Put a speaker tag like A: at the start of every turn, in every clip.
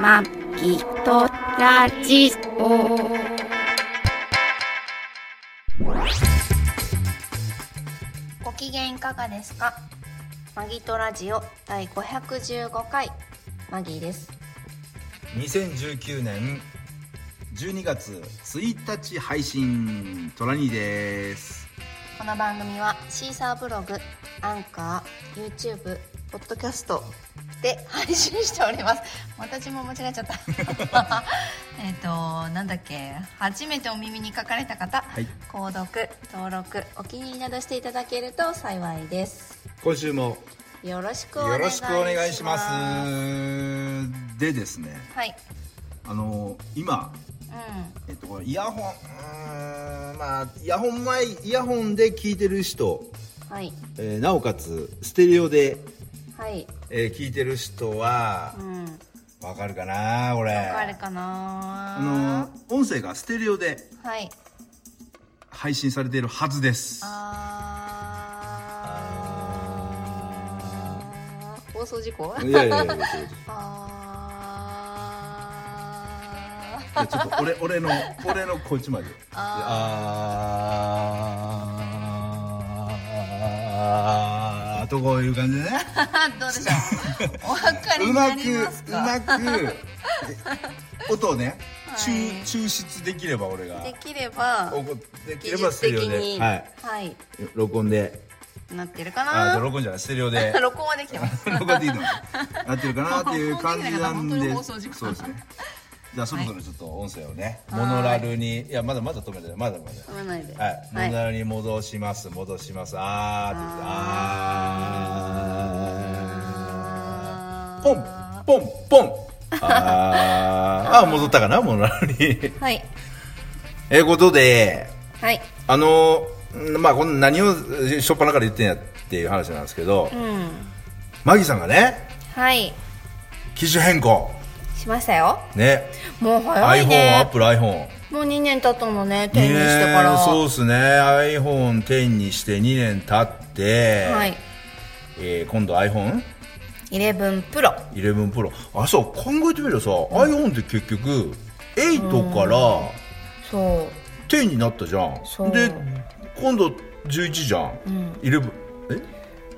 A: まきとラジオ。
B: ご機嫌いかがですかマギトラジオ第515回マギーです
C: 2019年12月1日配信トラニーです
B: この番組はシーサーブログアンカー YouTube ポッドキャストで配信しております私も間違えちゃった えっとなんだっけ初めてお耳に書かかれた方、
C: はい
B: 購読登録お気に入りなどしていただけると幸いです
C: 今週も
B: よろしくお
C: よ
B: 願
C: ろ
B: いし
C: しく
B: ます
C: お願いしますでですね
B: はい
C: あの今、
B: う
C: えっと、これイヤホンうーんまあイヤホン前イヤホンで聞いてる人、
B: んはい
C: えーなおかつステレオで、
B: はい
C: えー聞いてる人は
B: うんわ
C: わかるかなこれ
B: かるかな
C: あの音声がステレオで
B: はい
C: 配信されているはずです
B: あー放送事故
C: いやいやいやいや
B: あー
C: いやちょっと俺俺の俺のこっちまであーあーとこういう感じでね
B: どうでし ょうお分かり
C: う
B: に
C: ま
B: な
C: く
B: ります
C: う
B: か
C: まく音をね
B: はい
C: 抽抽出できれば俺が
B: できれば
C: おこでき
B: 技
C: れば
B: 術
C: ステ
B: 的
C: レオで
B: に
C: はい
B: はい
C: 録音で
B: なってるか
C: あじゃあ
B: な
C: 録音じゃないステレオで
B: 録音はできてます
C: 録音でいいのなってるかなっていう感じなん
B: 本当
C: で
B: に放送事故
C: そうですねじゃあそろそろちょっと音声をねモノラルにいやまだまだ止めてないまだまだ
B: 止めないで
C: はい、モノラルに戻します、戻します、あーって言って、あー、ポン、ポン、ポン、あー、あー戻ったかな、モノラルに。
B: はい
C: えことで、
B: はい
C: あのー、まあ、この何をしょっぱなから言ってんやっていう話なんですけど、
B: うん
C: マギさんがね、
B: はい
C: 機種変更、
B: しましたよ
C: ね、
B: もう早い
C: iPhone、ア
B: ね
C: ップル iPhone。
B: もう2年経ったのね転入してか
C: ね
B: ら
C: えそうですね iPhone10 にして2年経って、
B: はい
C: えー今度 iPhone
B: 11プロ
C: 11プロあそう考えてみればさ、iPhone って結局8から
B: そ
C: 10になったじゃ
B: そうん
C: で今度11じゃん、11え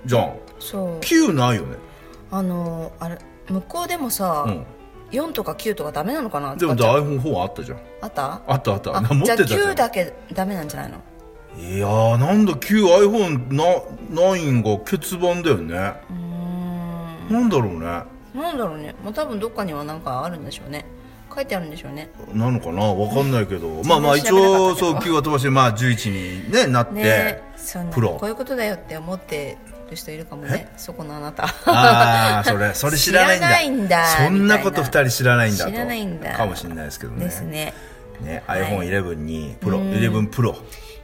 C: じゃん
B: うそう
C: 9ないよね
B: あのーあれ向こうでもさ、
C: うん
B: 4とか9とかダメなのかな
C: でも
B: 使っちゃう
C: iPhone4 あったじゃん
B: あった
C: あったあった
B: あ
C: 持って
B: じゃ
C: た
B: あ
C: じゃん
B: 9だけダメなんじゃないの
C: いやーなんだ 9iPhone9 が欠番だよねなんだろうね
B: なんだろうねもう多分どっかにはなんかあるんでしょうね書いてあるんでしょうね
C: なのかなわかんないけど、まあまあ一
B: 調べなか
C: 応
B: ったけ
C: そ
B: ど
C: う9は飛ばしてまあ11に、ね、なって、
B: ねそんな
C: プロ
B: こういうことだよって思ってる人いるかもねそこのあな た
C: ああそれそれ知らないんだ
B: 知らないんだ
C: そんなこと
B: みたい
C: 2人知らないんだと
B: 知らないんだ
C: かもしれないですけどね
B: ですね
C: ね、
B: はい
C: iPhone11 にプロ11プロ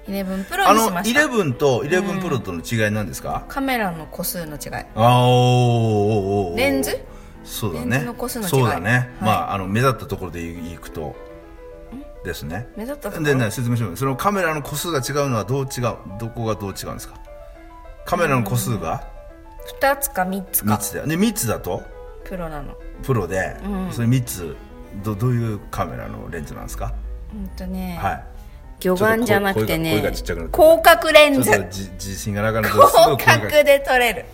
B: 11プロ
C: あ
B: に
C: の
B: しました
C: 11と11プロとの違いなんですか
B: カメラの個数の違い
C: あーおーおーおーおー
B: レンズ
C: そうだ
B: レン
C: ね
B: ズの個数の違い
C: そうだね、
B: はい
C: まああの目立ったところでいくとですね
B: 目立ったところ
C: で、ね、説明しようそのカメラの個数が違うのはどう違うどこがどう違うんですかカメラの個数が
B: 2つか3つ
C: 3
B: か
C: つだよね3つだと
B: プロなの
C: プロで、それ3つどどういうカメラのレンズなんですか、
B: うんとね、
C: はい
B: 魚眼じゃなくてね
C: ちょっと声が声がちっちゃくなってる
B: 広角レン
C: ち
B: ズ
C: ょっとじ自信がなかなかすごい
B: 広
C: 声が
B: 角で撮れる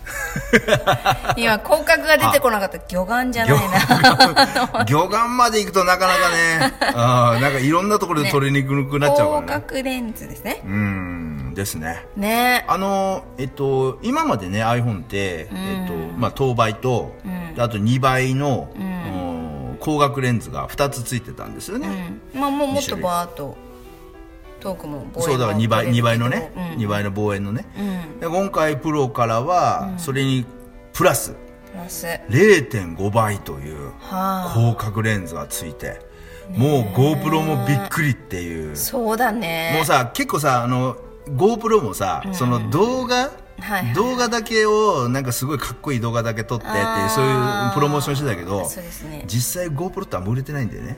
B: 今広角が出てこなかった魚眼じゃないな
C: 魚眼まで行くとなかなか ねあーなんかいろんなところで撮りにくくなっちゃうか
B: 広
C: らね
B: 角レンズですね
C: うーんですね
B: ね
C: あのえっと今までね iPhone って、えっとまあ、当倍と、であと2倍の、うん光学レンズが2つついてたんですよね、
B: まあもうもっとバーっとトークも望遠も
C: そうだから2倍二倍のね、
B: うん
C: 2倍の望遠のね、
B: うん
C: で今回プロからはそれにプラス
B: プラスは
C: 0.5倍という
B: あ
C: 広角レンズがついてもう GoPro もびっくりっていう
B: そうだね
C: もうさ結構さあの GoPro もさ、その動画、
B: はいはい
C: 動画だけをなんかすごいかっこいい動画だけ撮ってって
B: あ
C: いう
B: ー
C: そういうプロモーションしてたけど
B: そうですね
C: 実際 GoPro ってあんま売れてないんだよね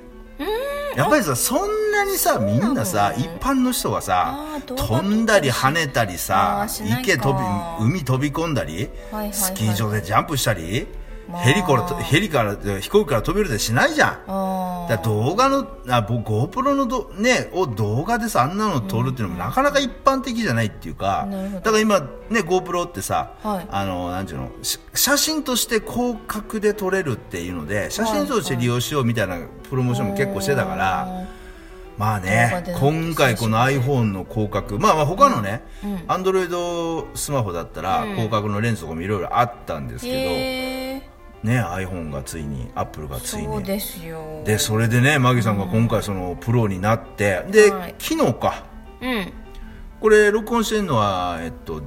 C: やっぱりさそんなにさみんなさ一般の人は
B: あ
C: さ
B: ー動画撮った
C: 飛
B: り
C: んだり跳ねたり
B: あ
C: さ
B: ーしないか
C: 池飛び海飛び込んだり
B: はいはいはい
C: スキー場でジャンプしたり
B: まあ
C: ヘリからと、ヘリから、飛行機から飛び降りたりしないじゃん。
B: あ
C: だから動画の、あ、僕 GoPro のど、ね、を動画でさ、あんなの撮るっていうのもなかなか一般的じゃないっていうか、
B: なるほど
C: だから今、ね、GoPro ってさ、
B: はい
C: あの、なんていうの、し写真として広角で撮れるっていうので、写真として利用しようみたいなプロモーションも結構してたから、まあね
B: 動画で、
C: 今回この iPhone の広角、まあまあ他のね、Android スマホだったら広角のレンズとかもいろいろあったんですけど、
B: へえ
C: ね、iPhone がついに、Apple がつい
B: そう
C: に。
B: ですよ
C: でそれでねマギさんが今回そのプロになって、で、
B: はい
C: 昨日か
B: うん
C: これ録音してるのはえっと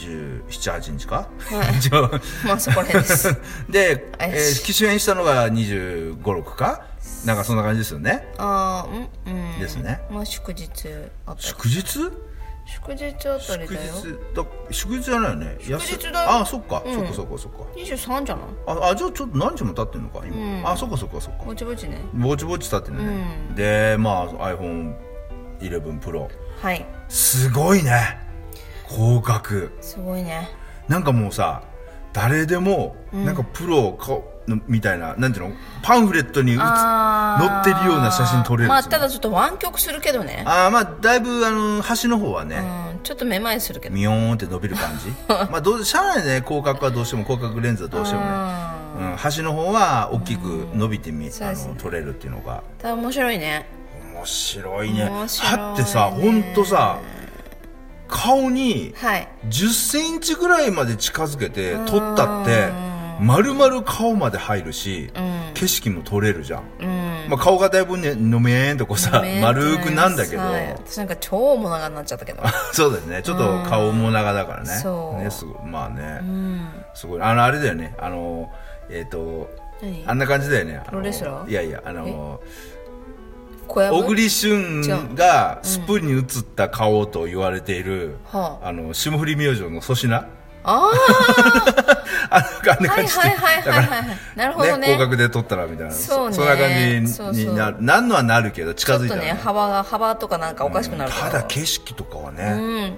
C: 278日か、 じゃあ
B: まあそこら辺です
C: で、
B: 怪
C: え
B: しい
C: ー、機種変したのが2 5 6かなんかそんな感じですよね、
B: ああうんうん
C: ですね
B: まあ祝日あたり
C: 祝日
B: 祝日あたり
C: 祝日
B: だよ
C: だ祝日じゃないよね
B: 祝日だよ
C: 休あそっか、
B: うん
C: そっかそっかそっか
B: 23じゃない
C: ああじゃあちょっと何時も経ってんのか今、
B: うん
C: あそっかそっかそっか
B: ぼちぼちね
C: ぼちぼち経ってんのね、
B: うん
C: でまあ iPhone11Pro
B: はい
C: すごいね広角
B: すごいね
C: なんかもうさ誰でもなんかプロか、みたいななんていうのパンフレットにうつ
B: あー
C: 載ってるような写真撮れるん
B: ま
C: で
B: あ
C: すよ
B: ただちょっと湾曲するけどね
C: あーまあだいぶあの端の方はね、
B: うんちょっとめまいするけど
C: ミヨーンって伸びる 感じまあどうしゃあないね広角はどうしても広角レンズはどうしてもね、
B: あ
C: うん、端の方は大きく伸びてみ、
B: そう
C: あ
B: ですね
C: の撮れるっていうのが
B: ただ面白いね
C: 面白いね
B: 面白いね
C: だってさほんとさ顔に
B: はい
C: 1 0ンチぐらいまで近づけて撮ったって丸々顔まで入るし、
B: ん
C: 景色も撮れるじゃん、
B: うん
C: まあ、顔がだいぶねのめーんとこうさ
B: めん
C: 丸くなんだけど、
B: はい私なんか超大物がなっちゃったけど
C: そうだよねちょっと顔も長だからね,、
B: そう
C: ねすごいまあね、
B: うん
C: すごいあのあれだよねあのえっ、と
B: 何
C: あんな感じだよねあの
B: プロレスラー
C: いやいやあの
B: 小籔
C: 小栗旬がスプーンに映った顔と言われている、
B: は
C: あの霜降り明星の粗品
B: ああは
C: あなんかあん な感
B: い
C: じ
B: はいはい
C: だ
B: はい
C: か
B: は
C: ら
B: いなるほどね
C: 広角で撮ったらみたいな
B: そうね
C: んな感
B: そう
C: じ
B: そう
C: になるなんのはなるけど
B: ち
C: 近
B: ょ
C: づ
B: っ
C: い
B: と
C: たら、
B: ね幅が幅とかなんかおかしくなるけど
C: ただ景色とかは
B: う
C: ね、
B: ん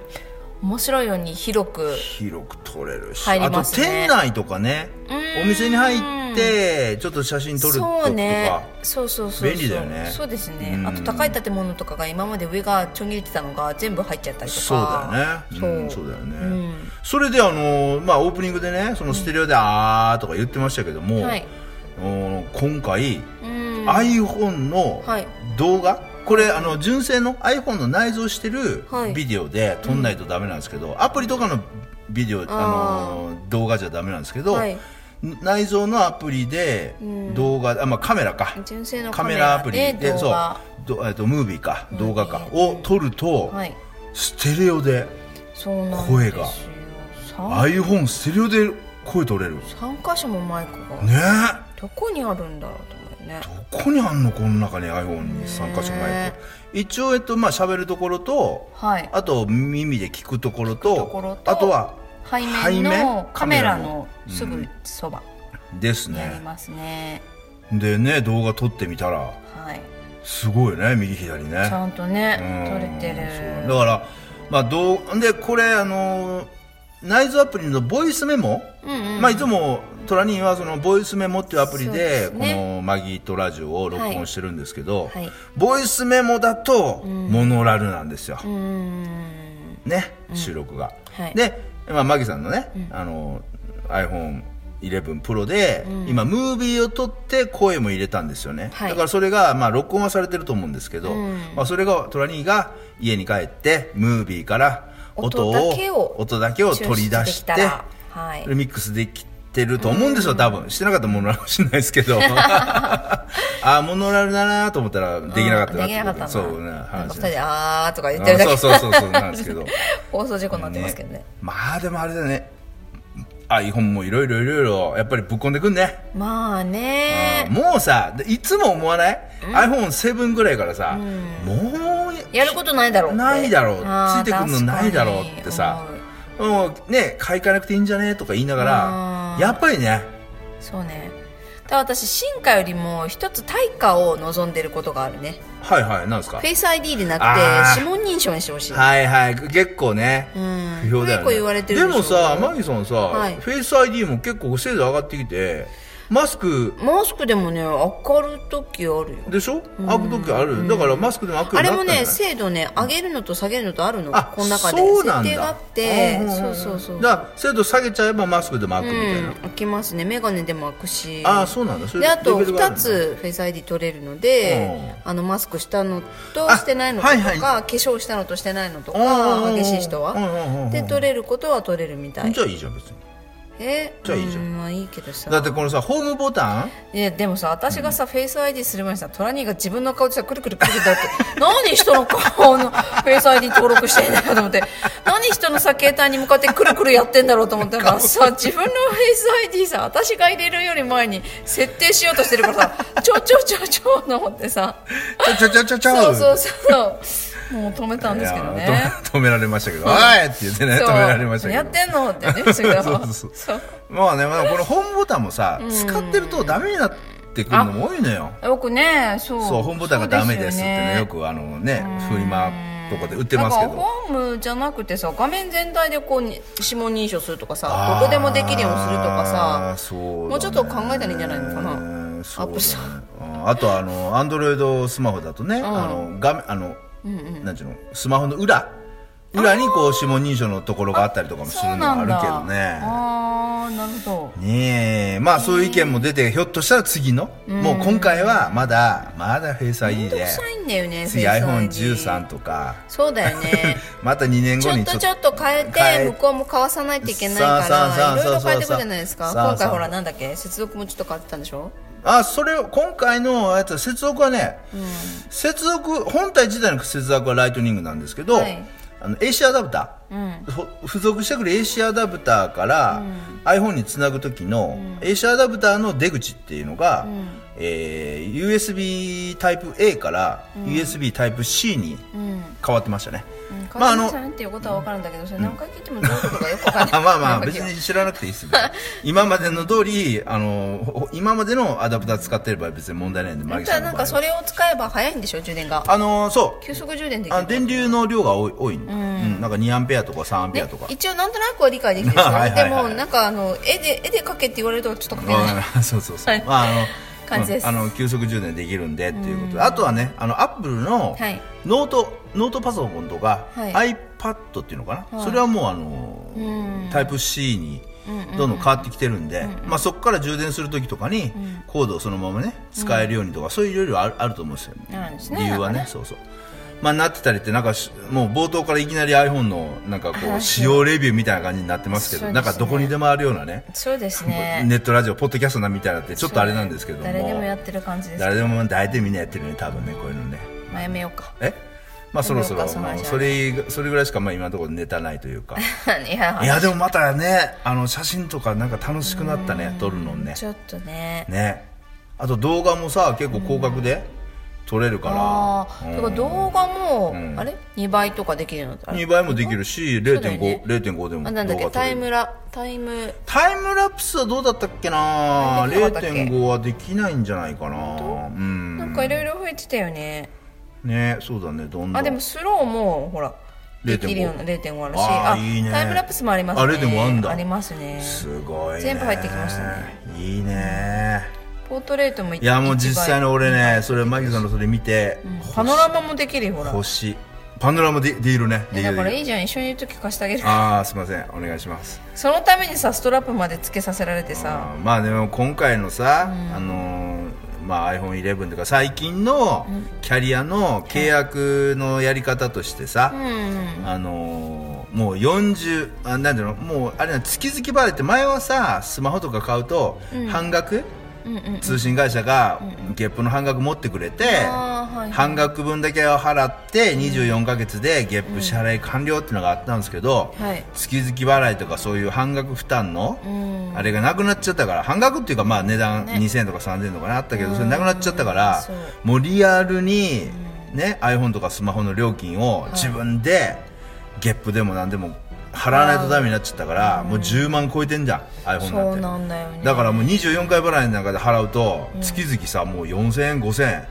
B: 面白いように広く
C: 広く撮れるし、
B: 入り
C: あと
B: ますね
C: 店内とかね
B: うん
C: お店に入ってちょっと写真撮ると
B: そう
C: か、
B: ねそうそうそうそう
C: 便利だよね
B: そうですね、
C: うん
B: あと高い建物とかが今まで上がちょん切れてたのが全部入っちゃったりとか
C: そうだよね
B: そう,、
C: ん、そうだよね、
B: ん
C: それであのーまあオープニングでねそのステレオで「あー」とか言ってましたけども、
B: はい
C: うん今回
B: うん
C: iPhone の
B: はい
C: 動画、これあの純正の iPhone の内蔵してる
B: はい
C: ビデオで撮んないとダメなんですけど、アプリとかのビデオあの動画じゃダメなんですけど、
B: はい
C: 内蔵のアプリで動画、あまあカメラか
B: 純正の
C: カ
B: カ
C: メ
B: メ
C: ラ
B: ラ
C: アプリ
B: で
C: で
B: 動画
C: そうどえっとムービーか動画か
B: ムービー
C: を撮ると、
B: はい
C: ステレオで
B: そうなん
C: 声
B: で
C: が
B: すよ3
C: iPhone ステレオで声撮れるね
B: 三箇所もマイクが、
C: え
B: どこにあるんだろうと思うね
C: どこにあんのこの中に iPhone に参加所マイ
B: ね
C: ク一応えっとまあ喋るところと
B: はい
C: あと耳で聞くところと
B: ところと
C: あとは
B: 背面のカメラの
C: うん
B: すぐそば
C: です
B: にあり
C: ね
B: ますね、
C: でね動画撮ってみたら
B: はい
C: すごいね右左ね
B: ちゃんと
C: うん
B: ね撮れて
C: そう
B: る
C: だからまあどうでこれあの内蔵アプリのボイスメモ、
B: うんうん
C: まあ、いつもトラニーはそのボイスメモっていうアプリ
B: そう
C: で
B: です
C: こ
B: ね
C: のマギーとラジオを録
B: は
C: 音
B: い
C: してるんですけど、
B: はい
C: ボイスメモだとモノラルなんですよ、
B: うーん
C: ね収録が、
B: はい
C: で、まあ、マギさんのね、あの iPhone11 Pro で、今ムービーを撮って声も入れたんですよね、
B: はい
C: だからそれが、まあ、録音はされてると思うんですけど、
B: うん
C: まあ、それがトラニーが家に帰ってムービーから音を
B: 音だけを
C: 音だけを取り出
B: 抽出で
C: し
B: きた
C: て
B: らはい
C: ミックスできてると思うんですよ、多分してなかったらモノラルかもしれないです けどああモノラルだなと思ったらできなかったな
B: あで
C: って
B: きなかったな
C: そうね
B: なんか
C: 話
B: 二
C: し
B: 人
C: て
B: で「あー」とか言ってるだけ
C: そうそうそう そうなんですけど
B: 放送事故になってますけどね
C: まあでもあれだね iPhone もいろいろいろいろやっぱりぶっこんでくんね、
B: まあね
C: もうさでいつも思わない ?iPhone7 ぐらいからさ、もう
B: やることないだろうって
C: ないだろうつ
B: あー
C: いてくるのないだろうってさ
B: 確かに思う
C: もうね買いかなくていいんじゃねとか言いながら
B: うん
C: やっぱりね
B: そうねら私進化よりも一つ対価を望んでることがあるね
C: はいはいなんですか
B: フェイス ID でな
C: あ
B: くて
C: ー
B: 指紋認証にしてほしい、
C: はいはい結構ね、
B: ん
C: 不評だよ、
B: 結
C: ね、
B: 構言われてるでしょ
C: もさマギさんさ、
B: はい
C: フェイス ID も結構精度上がってきてマスク
B: マスクでもね開かる時あるよ
C: でしょ開く時ある、だからマスクでも開くよ
B: あ
C: うに
B: れ
C: な
B: も
C: ったんだよ
B: ね精度ね上げるのと下げるのとあるの
C: あ
B: この中で
C: そうなんだ
B: 設定があって
C: うんうん
B: そうそうそう
C: だから精度下げちゃえばマスクでも開くみたいな、
B: うん、開きますね眼鏡でも開くし
C: ああそうなんだそれ
B: であと
C: レベルが
B: 2
C: あるんだ
B: つフェイス ID 取れるのであのマスクしたのとしてないのと
C: あは
B: か、
C: いは
B: 化
C: い
B: 粧したのとしてないのと
C: うんうんう
B: か
C: ん
B: 激しい人は、
C: うんうんうんうん
B: で取れることは取れるみたい
C: じゃあいいじゃん別に
B: え
C: じゃあいいじゃん
B: うんまあいいけどさ
C: だってこのさホームボタン
B: いやでもさ私がさ、フェイス ID する前にさトラニーが自分の顔でさくるくるくるくるだって何人の顔のフェイス ID 登録してんだよと思って何人のさ携帯に向かってくるくるやってんだろうと思ったからさ自分のフェイス ID さ私が入れるより前に設定しようとしてるからさちょちょちょちょと思ってさ
C: ちゃちゃちゃちゃち
B: そう
C: ゃ
B: そう
C: う
B: そうそうもう止めたんですけど
C: いや
B: ね
C: ーと止められましたけど「あい!」って言ってね
B: そう
C: 止められましたけど
B: やってんのってねすぐ
C: そうそうそう
B: そう
C: まあね、まあ、このホームボタンもさ使ってるとダメになってくるのも多いのよ
B: よくねそう
C: そうホームボタンがダメです
B: そ
C: って
B: う
C: ね
B: よ
C: よくあのねフリマとかで売ってますけ
B: なん
C: ど
B: かホームじゃなくてさ画面全体でこうに指紋認証するとかさ
C: あー
B: どこでもできるようにするとかさ
C: そう
B: もうちょっと考えたらいいんじゃないのかな
C: なそう
B: アッ
C: だ
B: プし
C: ねうんあとあのアンドロイドスマホだとね、あの画面あの、なんていうのスマホの裏裏にこう指紋認証のところがあったりとかもす
B: そ
C: る
B: う
C: のも
B: な
C: あ
B: ん
C: る
B: だ
C: けどね
B: あーなるほ
C: ねえまあそういう意見も出てひょっとしたら次の、もう今回はまだまだフェイス
B: どめ
C: ID
B: んど
C: で
B: くさいんだよね
C: 次
B: Face ID
C: iPhone13 とか
B: そうだよね
C: また2年
B: ち
C: 後
B: ょっ
C: に
B: とちょっと変え
C: 変え
B: て向こうも買わさないといけないか
C: さあさ
B: ら
C: あ
B: い
C: さあ
B: ろいろ
C: さあ
B: 変えていくじゃないですか
C: さあさあ
B: 今回ほらなんだっけ接続もちょっと変わってたんでしょ
C: あそれを今回のやつは接続はね、接続本体自体の接続はライトニングなんですけど、
B: はい
C: あの AC アダプター、ほ付属してくる AC アダプターから、iPhone につなぐ時の、AC アダプターの出口っていうのが、えー USB タイプ A から USB タイプ C に変わってましたね、
B: うん
C: まあ
B: 買
C: あ
B: わ
C: の
B: さないっていうことは分かるんだけどそれ何回聞いてもどういうことかよく分かんな
C: あ
B: い
C: まあまあ
B: なんか
C: 別
B: 今日
C: に知らなくていいですよ別に今までの通りあのほ今までのアダプター使ってれば別に問題ないんでマ
B: 本
C: ギ
B: 当は
C: さんの
B: なん
C: 場合
B: かそ
C: は
B: れを使えば早いんでしょ充電が
C: あのそう
B: 急速充電でき
C: あ
B: る
C: 電流の量が多い多い、うんなんか2アンペアとか3アンペア
B: ね
C: とか、、
B: 一応なんとなくは理解できてるんです
C: はい
B: よ
C: はい
B: で
C: はい
B: もなんかあの絵で絵で描けって言われるとちょっと描けない
C: あそうそうそう、
B: はい
C: まああの
B: 感じです
C: うんあの急速充電できるんでっていうことであとはねあのアップルの
B: はい
C: ノート、ノートパソコンとか、
B: はい
C: iPad っていうのかな、それはもうあのタイプ C にどんどん変わってきてるんで、まあ、そこから充電する時とかにコードをそのままね使えるようにとか、そういういろいろあるあると思うんですよ、
B: あるんですね
C: 理由はねそうそうまあなってたりってなんかしもう冒頭からいきなり iPhone のなんかこう使用レビューみたいな感じになってますけど
B: そうです
C: なん
B: ね
C: かどこにでもあるようなね
B: そうです
C: ネットラジオポッドキャストなみたいなってちょっとあれなんですけども
B: 誰でもやってる感じです
C: 誰でも大体みんなやってるね多分ねこういうのね
B: まあやめようか
C: えまあそろそろ
B: やめようかその
C: もう
B: 話は
C: それ以それぐらいしかまあ今のところネタないというか
B: いや
C: いやでもまたねあの写真とかなんか楽しくなったね撮るのね
B: ちょっとね
C: ねあと動画もさ結構広角で撮れる
B: あ
C: か
B: あ
C: ら
B: だから動画も、あれ2倍とかできるのってあれ
C: 2倍もできるし
B: そうだよね
C: 0.5 0.5でも
B: あなんだっけ
C: 動画撮
B: タ
C: れ
B: イ
C: る
B: ムラタイム
C: タイムラプスはどうだったっけな
B: できなかったっけ
C: 0.5はできないんじゃないかなうん
B: なんかいろいろ増えてたよね、
C: ねそうだねどんどん
B: あでもスローもほら
C: 0.5
B: できるような0.5あるし
C: あーいいね
B: タイムラプスもありますね
C: あ0.5あんだ
B: りますね
C: すごいね
B: 全部入ってきましたね
C: いいね
B: ポートレートも
C: いやもう実際
B: の
C: の俺ねそれマギさんのそれ見て、
B: パノラマもできるよほら
C: 星パノラマでできるねで
B: え
C: き
B: だ
C: る
B: から
C: で
B: い
C: きる
B: いじゃん一緒にいる時貸してあげる
C: ああすいませんお願いします
B: そのためにさストラップまでつけさせられてさ
C: あーまあでも今回のさ、あのーまあ、iPhone11 とか最近のキャリアの契約のやり方としてさ、
B: うん
C: あのーもう40あなんていうのもうあれな月々バレって前はさスマホとか買うと半額、
B: うんうん
C: 通信会社が月賦の半額持ってくれて、
B: あーはい
C: 半額分だけを払って24か月で月付支払い完了っていうのがあったんですけど、
B: はい
C: 月々払いとかそういう半額負担のあれがなくなっちゃったから半額っていうかまあ値段2000とか3000とかねあったけどそれなくなっちゃったから
B: そう
C: もうリアルにね iPhone とかスマホの料金を自分で月付でも何でも払わないとダメになっちゃったから、もう10万超えてんじゃん iPhone
B: そうな
C: な
B: ん
C: て
B: んだよね
C: だからもう24回払いの中で払うと、月々さもう4000円5000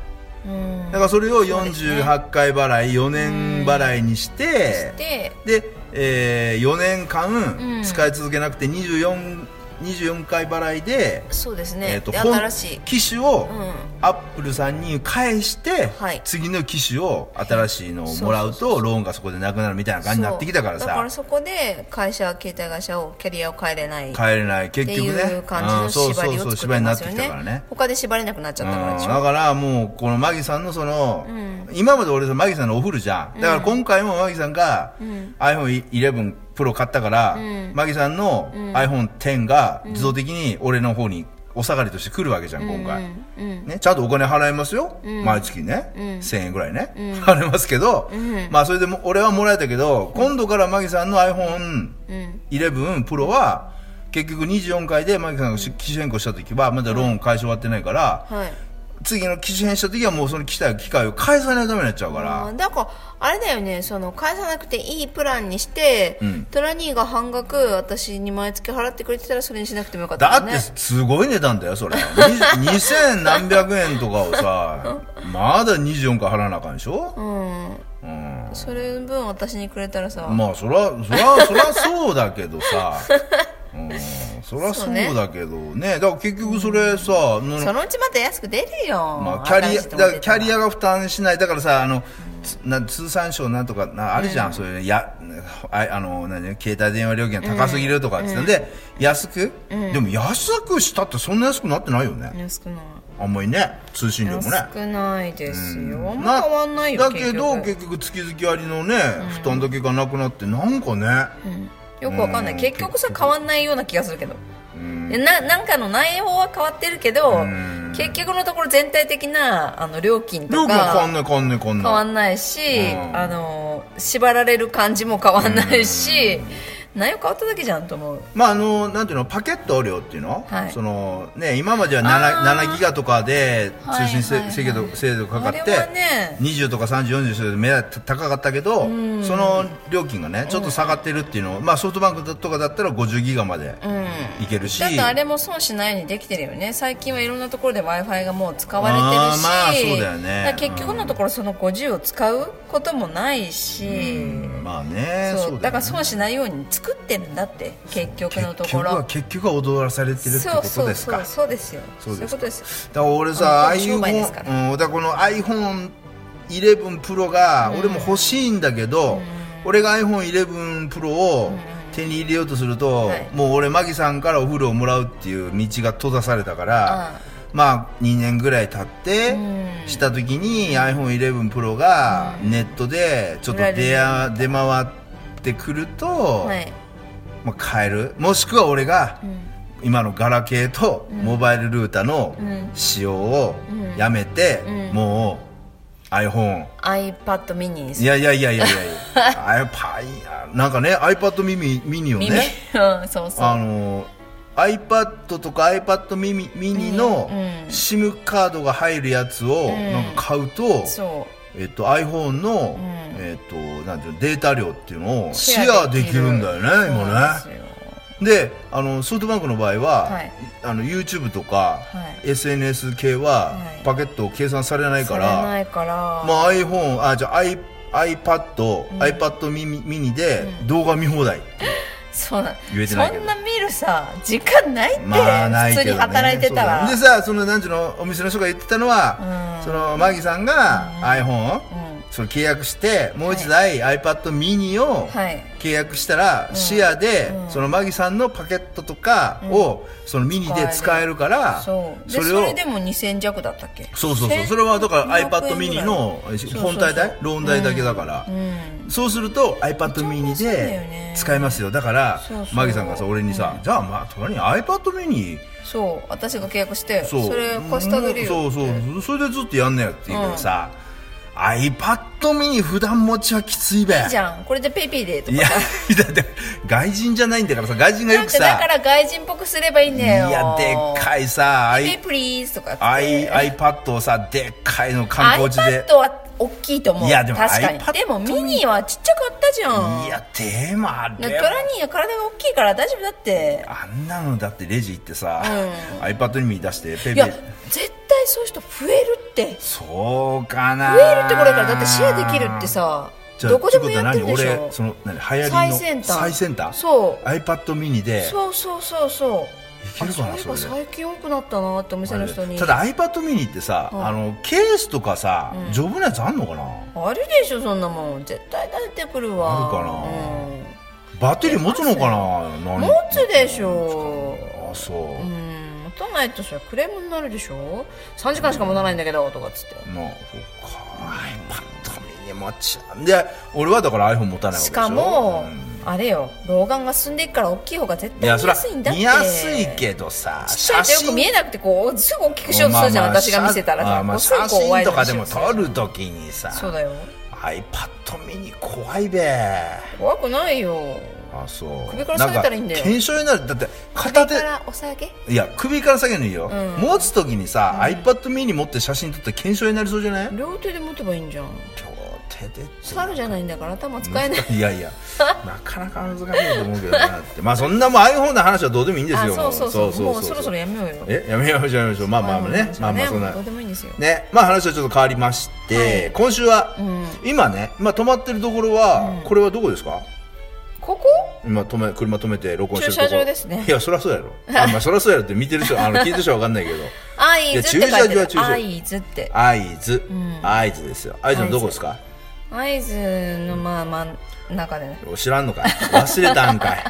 C: 円
B: うん
C: だからそれを48回払い4年払いにして、
B: で
C: で、え4年
B: う
C: 間
B: ん
C: 使い続けなくて24 24回払いで、
B: そうですね、
C: えーと
B: で
C: 本
B: 新しい
C: 機種を
B: うん
C: アップルさんに返して、
B: はい
C: 次の機種を新しいのをもらう
B: そうそう
C: とローンがそこでなくなるみたいな感じになってきたから
B: そうだから
C: さ
B: そこで会社携帯会社をキャリアを変えれない
C: 帰れない
B: っ
C: 結
B: て
C: 局ね
B: いう感じの縛
C: うん
B: り
C: そうそう
B: を
C: そう
B: 作ってますよ
C: 縛りになってきたから
B: ね
C: ね
B: 他で縛れなくなっちゃったからでし
C: うんだ
B: ょ
C: からもうこのマギさんのその、
B: ん
C: 今まで俺さマギさんのおフルじゃんだから今回もマギさんが、iPhone11 プロ買ったから、
B: ん
C: マギさんの iPhone10 が自動的に俺の方にお下がりとして来るわけじゃん今回、
B: うんうん
C: ね、ちゃんとお金払いますよ、毎月ね、1000円ぐらいね、払いますけど、まあそれでも俺はもらえたけど今度からマギさんの iPhone
B: うん
C: 11プロは結局24回でマギさんがし機種変更した時はまだローン返し終わってないから、
B: はい
C: 次の機種変した時はもうその機械機械を返さないためになっちゃうか
B: あ
C: ら
B: ーだからあれだよねその返さなくていいプランにして、
C: うん
B: トラニーが半額私に毎月払ってくれてたらそれにしなくてもよかった
C: だ
B: よ
C: っ
B: ね
C: てすごい値段だよそれ2000何百円とか をさまだ24回払わなあかんでしょ、
B: うん
C: うん
B: それの分私にくれたらさ、
C: まあそらそらそらそうだけどさうんそらそうだけどねだから結局それさ、の
B: そのうちまた安く出るよ、
C: まあ、キャリ
B: 新しい
C: アだ
B: と思って
C: からキ
B: たら
C: ャリアが負担しないだからさあの、つな通産省なんとかなあるじゃん、そういうやああの何携帯電話料金が高すぎるとかって言ってたんで、安く、でも安くしたってそんな安くなってないよね、
B: 安くない
C: あんまりね通信料もね
B: 安くないですよ、あん
C: な
B: ま変わんないよ
C: だけど
B: 結
C: 結局月々割のね、負担だけがなくなってなんかね、
B: 局よくわかんない
C: うん
B: 結局さ変わんないような気がするけど
C: うん
B: でななんかの内容は変わってるけど、
C: ん
B: 結局のところ全体的なあの料金
C: 料
B: と
C: 金変わ
B: か
C: んない変わんない変わん
B: 変わ
C: ない
B: んないし、
C: うん
B: あの縛られる感じも変わんないし、内容変わっただけじゃんと思う
C: まああのなんていうのパケット量っていうの,、
B: はい
C: そのね、今までは 7, 7ギガとかで
B: はい
C: 通信
B: はいは
C: せ
B: い
C: 制度,、制度かかって、
B: あれはね
C: 20とか3040すると目立って高かったけど、その料金がねちょっと下がってるっていうのを、まあ、ソフトバンクとかだったら50ギガまで
B: うん
C: いけるし、
B: だってあれも損しないようにできてるよね最近はいろんなところで w i f i がもう使われてるし
C: あーまあそうだよね
B: から結局のところその50を使うこともないし、
C: うんまあね
B: そう
C: そうよね
B: だから損しないように作ってるんだって結局のと
C: 結
B: こ
C: 局は
B: ろ
C: 結局は踊らされてるって
B: そう
C: こと
B: そう
C: です
B: そ
C: か
B: うそうですよ
C: そうです
B: いうことです
C: だから俺
B: あ
C: さ
B: の
C: iPhone
B: 商売ですから
C: うん、だからこの iPhone11 Pro が俺も欲しいんだけど、俺が iPhone11 Pro を手に入れようとすると、
B: はい
C: もう俺マギさんからお風呂をもらうっていう道が閉ざされたから、まあ2年ぐらい経って、
B: うん
C: した時に iPhone11 Pro がネットでちょっと出や出回ってくると、
B: はい、
C: まあ、買えるもしくは俺が今のガラケーとモバイルルーターの
B: ん
C: 使用をやめて、
B: うん
C: もう iPhone
B: iPad ミニ
C: いやいやいやいやい や iPad いやなんかね iPad ミニミニを
B: 耳、
C: ね
B: うんそうそう
C: あの iPad とか iPad ミニミニの
B: うん
C: SIM カードが入るやつを
B: ん
C: なんか買うと、
B: そ
C: えっと、iPhone
B: ん
C: の、えっと、なんていうのデータ量っていうのをシ
B: シェア
C: ェアで
B: で
C: き
B: きる
C: るんだよね
B: うそう
C: 今
B: なんで
C: ね
B: すよ
C: であのソフトバンクの場合は、
B: はい
C: あの YouTube とか、
B: は
C: SNS 系は、
B: はい
C: パケット計算されないか
B: それ
C: ら
B: ないから、
C: まあ、iPhone あじゃあ i iPad、iPad ミニミニで動画見放題、
B: そうなん
C: 言えてないけ
B: そ
C: ど
B: んな見るさ時間ないって、
C: まあないけ
B: 普
C: ど、ね、
B: 通に働いてたら
C: そうだねでさそのなんちゅうのお店の人が言ってたのは、
B: うん
C: そのマギさんが iPhone、
B: うん
C: その契約してもう一台 iPad ミニを
B: はい
C: 契約したらシェアで
B: うん
C: そのマギさんのパケットとかをそのミニで使えるから
B: そうで
C: そ
B: そ
C: れ
B: れ
C: を
B: でも2000弱だったっけ
C: そうそうそうそれはだから iPad ミニの
B: そうそう
C: 本体代ローン代だけだから
B: うん
C: そうすると iPad ミニ
B: そうだよ
C: で
B: ね
C: 使えますよだから
B: そうそう
C: マギさんがさ俺にさじゃあまあ隣に iPad ミニ
B: そう私が契約して
C: そう
B: それ貸してあげるよ
C: そうそうそれでずっとやんねやっていうけどさ iPad ミニ普段持ちはきついべ
B: いいじゃんこれでペイペイでと
C: い
B: か
C: や、だって、外人じゃないんだからさ、外人がよ
B: なん
C: く
B: かだか
C: さ、
B: ら外人っぽくすればいいん
C: い
B: だよ
C: や、でっかいさ、
B: ペイ
C: i、
B: プリーズとか
C: i、iPad をさ、でっかいの観光地で
B: iPad は大きいと思う
C: いやでも
B: 確かに
C: iPad
B: でもミニはちっちゃかったじゃん
C: いやでもあ
B: だか
C: れ
B: らトラニーは体が大きいから大丈夫だって
C: あんなのだってレジ行ってさ、iPad に見出してペイ
B: い
C: ペイ
B: や絶対そういう人増えるって
C: そうかな
B: 増えるってこれからだってシェアできるってさ
C: じゃあ
B: どこでもやってるでし
C: てこと
B: ょ
C: は何俺その何流行りの
B: 最先端
C: 最先端
B: そう
C: iPad ミニで
B: そうそうそうそう
C: いけるかな
B: あそういえば
C: それ
B: 最近多くなったなってお店の人に
C: ただ iPad ミニってさ、
B: うん
C: あのケースとかさ、丈夫なやつあんのかな
B: あるでしょそんなもん絶対出てくるわ
C: あるかな
B: うん
C: バッテリー持つのかな何
B: 持つでしょ
C: あそう
B: う、ん持たないとしたらクレームになるでしょ3時間しか持たないんだけどとかっつって
C: なそっか iPad ミニ持ちで俺はだから iPhone 持たないわけでしょ
B: しかも、
C: うん
B: あれよ老眼が進んでいくから大きい方が絶
C: い
B: 対
C: や
B: 見
C: それ
B: や
C: は
B: すいんだって
C: 見やすいけどさ
B: ちっちゃいとよく見えなくてこうすぐ大きくしようとするじゃん、
C: まあまあ
B: 私が見せたら
C: まあ
B: さ、
C: まあ
B: こうすぐ
C: 写
B: こうワイド
C: 真と
B: に
C: か
B: し
C: で
B: ようと
C: も
B: する
C: 撮るときにさ
B: そうだよ
C: iPad ミニ怖いべ
B: 怖くないよ
C: あそう
B: 首から下げたらいいんだよ
C: なか検証になるだって片手
B: 首からお下げ
C: いや首から下げるのいいよ、
B: うん
C: 持つ時にさ、iPad ミニ持って写真撮って検証になりそうじゃない両
B: 両手で持てばいいんじゃん
C: 手でって
B: 猿じゃないんだから頭使えない
C: いやいやなかなか難しいと思うけどなってまあそんなもう iPhone の話はどうでもいいんです
B: あ
C: よ
B: そうそうそうもうそろそろ
C: や
B: やめようよ
C: えやめましょうやめましょうまあまあねまあまあそん
B: ん
C: な
B: どうでもいいんですよ
C: ね、まあ話はちょっと変わりまして、
B: はい
C: 今週は、
B: う
C: 今ね、今止まってるところは、これはどこですか
B: ここ
C: 今止め、車止めて録音してるところ。
B: 駐車場ですね
C: いや、そりゃそうやろ。あ、まあそりゃそうやろって見て る人、あの、聞いてる人はわかんないけど。
B: アイズって
C: いや
B: 書いて
C: 駐車場は駐
B: る
C: 車場
B: アイズって
C: 合図
B: ん。
C: 合図ですよ。合図のどこですか
B: アイズのまあ真ん中でね
C: 知らんのかい忘れたんかい。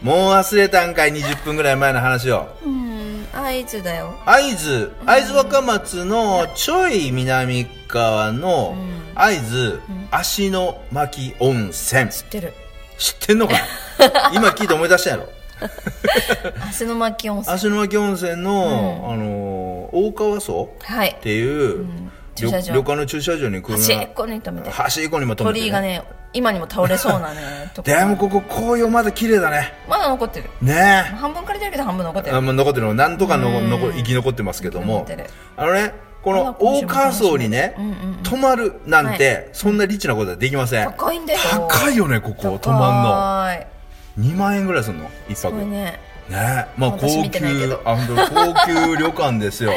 C: もう忘れたんかい、20分ぐらい前の話を。
B: うんアイズだよ
C: 会津会津若松のちょい南側の会津足の巻温泉
B: 知ってる
C: 知ってんのかい 今聞いて思い出したやろ
B: 足の巻温泉
C: 足の巻温泉の、あのー大川荘
B: はい
C: っていう、
B: 駐
C: 旅
B: 車場
C: 旅館の駐車場に車
B: 端っこに止めて
C: 端っこにも止めて、
B: 鳥居がね今にも倒れそうな ねとこ
C: でもここ紅葉まだ綺麗だね
B: まだ残ってる
C: ね
B: 半分借りてるけど半分残って
C: え
B: る
C: あもう残ってるのなんとかの、
B: うん
C: 残生き残ってますけども
B: 生き残ってる
C: あのねこ
B: 今
C: の
B: 週
C: 大
B: も
C: 川荘にね、
B: うんうんうん
C: 泊まるなんて、そんなリッチなことはできません
B: 高いんだよ
C: 高いよねここ泊ま
B: まんの
C: んの2万円ぐらいすんの一
B: す
C: 泊
B: ごい
C: ね
B: ね
C: まあ高
B: 私見て
C: 級
B: ないけど
C: あ本当高級旅館で すよ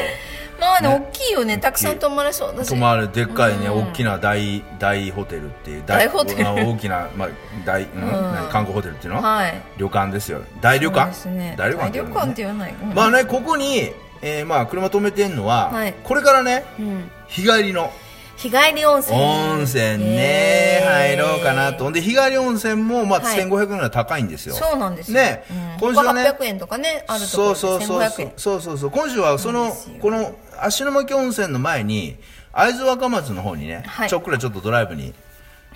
B: まあね
C: ね
B: 大きいよねたくさん泊まれそうだし
C: 泊まるでっかいね、
B: うん
C: 大きな大大ホテルっていう
B: 大ホテル
C: あ大きな、まあ、大、うん何観光ホテルっていうの、
B: はい
C: 旅館ですよ大旅館、
B: そうですね
C: 大旅館
B: 大
C: ってい
B: 旅
C: うのね
B: 館って言わないうん
C: まあねここに、えーまあ、車止めてんのは、
B: はい
C: これからね
B: うん
C: 日帰りの
B: 日帰り温泉
C: 温泉ね、
B: えー
C: 入ろうかなとほんで日帰り温泉も、まあ
B: はい
C: 1500円ぐらい高いんですよ
B: そうなんですよ
C: ね
B: うん
C: 今週はね
B: 他800円とかねあるところで
C: そうそうそう
B: 1500
C: そう
B: 円
C: そうそうそう今週はそ
B: なん
C: の
B: ですよ
C: この芦ノ牧温泉の前に会津若松の方にね、
B: はい
C: ちょっくらちょっとドライブに、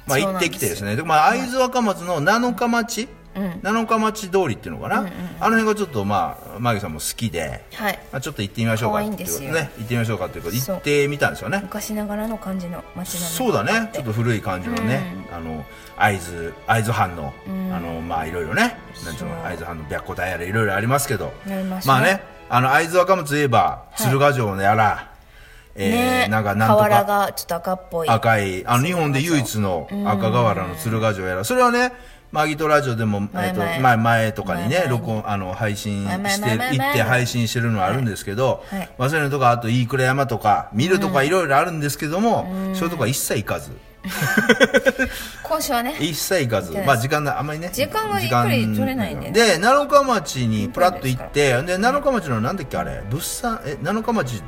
C: まあ、
B: そう
C: 行
B: な
C: っ
B: んです
C: てきてですねでまあ、会津若松の七日町、
B: うん
C: 七日町通りっていうのかな、あの辺がちょっとまあマギさんも好きで、
B: はい
C: まあ、ちょっと行ってみましょうかっ
B: 可愛
C: て
B: いん
C: い
B: で
C: う
B: すよ
C: ね行ってみましょうかっていうことで
B: そう
C: 行ってみたんですよね
B: 昔ながらの感じの街並み
C: そうだねちょっと古い感じのね、あの会津会津藩の、あのまあいろいろねなんていうの会津藩の白虎隊やらいろいろありますけど
B: ありますね
C: まあねあの会津若松といえば
B: い
C: 鶴ヶ城のやら、え
B: ね
C: ーなんかなんと
B: 瓦
C: か
B: がちょっと赤っぽい
C: 赤いあの日本で唯一の赤瓦の鶴ヶ城やらそれはねマギトラジオでも、
B: 前々
C: えっと、前前とかに
B: 前々
C: ね
B: に
C: 録音あの配信
B: 前々
C: して
B: 前々前
C: 行
B: 々
C: って配信してるのはあるんですけど、
B: はいはい
C: まあ、そういうのとかあと飯倉山とか見るとかいろいろあるんですけども、そういうとこは一切行かず。
B: 今週はね
C: 一切行か
B: 行っ
C: ず、
B: てない
C: まあ時間があんまりね。
B: 時間がゆっ
C: 時間
B: くり取れないんでね
C: で、七日町にプラッと行って、で、七日町のなんだっけあれ、物産、え、七日町で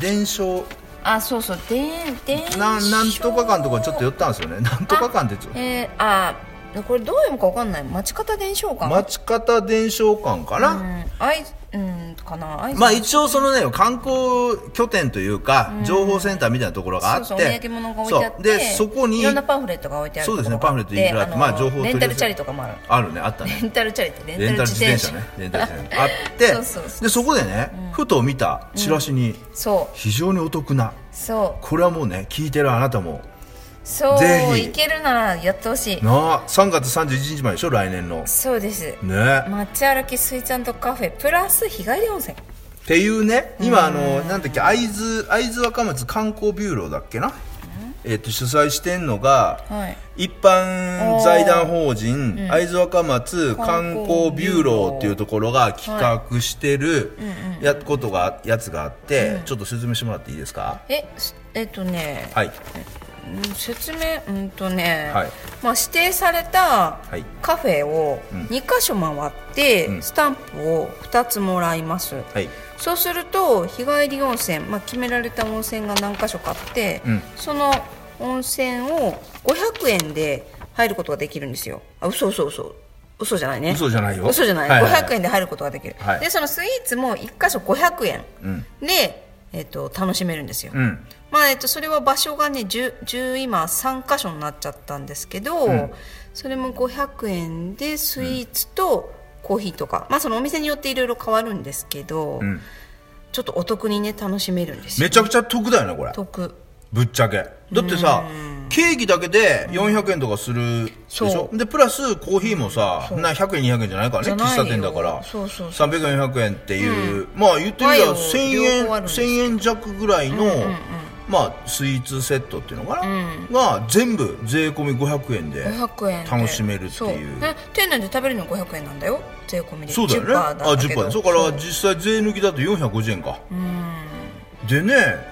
C: 伝承、
B: あそうそうでんでん
C: なん、なんとか館とかちょっと寄ったんですよね。なんとか館ってちょっと。
B: えー、あーこれどう読むかわかんない町方伝承館
C: 町方伝承館か
B: う
C: な。
B: んあいうんかなあい
C: まあ一応そのね、観光拠点というか、情報センターみたいなところがあって、
B: そうそうお土産物が置いてあって
C: そうで、そこに
B: いろんなパンフレットが置いてある
C: そうですね
B: ところがあっ
C: パ
B: て
C: ンフレットいろいろあってまあ
B: の
C: 情報を
B: レ
C: 取り寄せ
B: ンタルチャリとかもある
C: あるね、あったね。
B: レンタルチャリってレ
C: レ
B: ン
C: ン
B: タ
C: タ
B: ル自
C: ル自
B: 転車
C: 転車 ね。レンタル自転車。あって、
B: そうそうそう
C: で、そこでね、ふと見たチラシに、
B: そう
C: 非常にお得な、
B: そう
C: これはもうね聞いてるあなたも
B: そう
C: ぜひ
B: 行けるならやってほしい
C: なあ3月31日まででしょ来年の
B: そうです
C: ねっ
B: 街歩き水ちゃんとカフェプラス日帰り温泉
C: ていうね今あのなんだっけ会津会津若松観光ビューローだっけなえっと主催してんのが、
B: はい
C: 一般財団法人会津若松観光ビューローっていうところが企画してるやことがやつがあって、ちょっと説明してもらっていいですか
B: えすえっとね、
C: はい
B: うん説明うんとね、
C: はい
B: まあ、指定された
C: はい
B: カフェを
C: うん
B: 2か所回って、
C: うん
B: スタンプを2つもらいます、
C: はい
B: そうすると日帰り温泉、まあ、決められた温泉が何か所かあって、
C: うん
B: その温泉を500円で入ることができるんですよあ嘘嘘嘘嘘じゃないね
C: 嘘じゃないよ
B: 嘘じゃない、
C: はいはいはい
B: 500円で入ることができる、
C: はい
B: でそのスイーツも1か所500円
C: うん
B: で、えっと楽しめるんですよ、
C: うん
B: まあえっと、それは場所がね 10, 10今3か所になっちゃったんですけど、
C: ん
B: それも500円でスイーツとコーヒーとか、まあそのお店によっていろいろ変わるんですけど、
C: うん
B: ちょっとお得にね楽しめるんですよ
C: めちゃくちゃ得だよねこれ
B: 得
C: ぶっちゃけだってさケーキだけで400円とかするでしょ
B: そ
C: でプラスコーヒーもさな100円200円じゃないからね
B: じゃ
C: 喫
B: ない
C: 茶
B: よ
C: 店だから
B: そうそう
C: 300400円っていう、まあ言ってみれ
B: 和
C: ば
B: 洋
C: 1000
B: 両方あるん
C: 円
B: ですけど
C: 1000円弱ぐらいの、まあスイーツセットっていうのかな、が全部税込み500円で
B: 500円で
C: 楽しめるって
B: そ
C: いう
B: ね店内で食べるの500円なんだよ税込みで
C: そうだよね
B: 10%だ
C: あ
B: ったけ
C: 10
B: ど
C: パーそうから実際税抜きだと450円かでね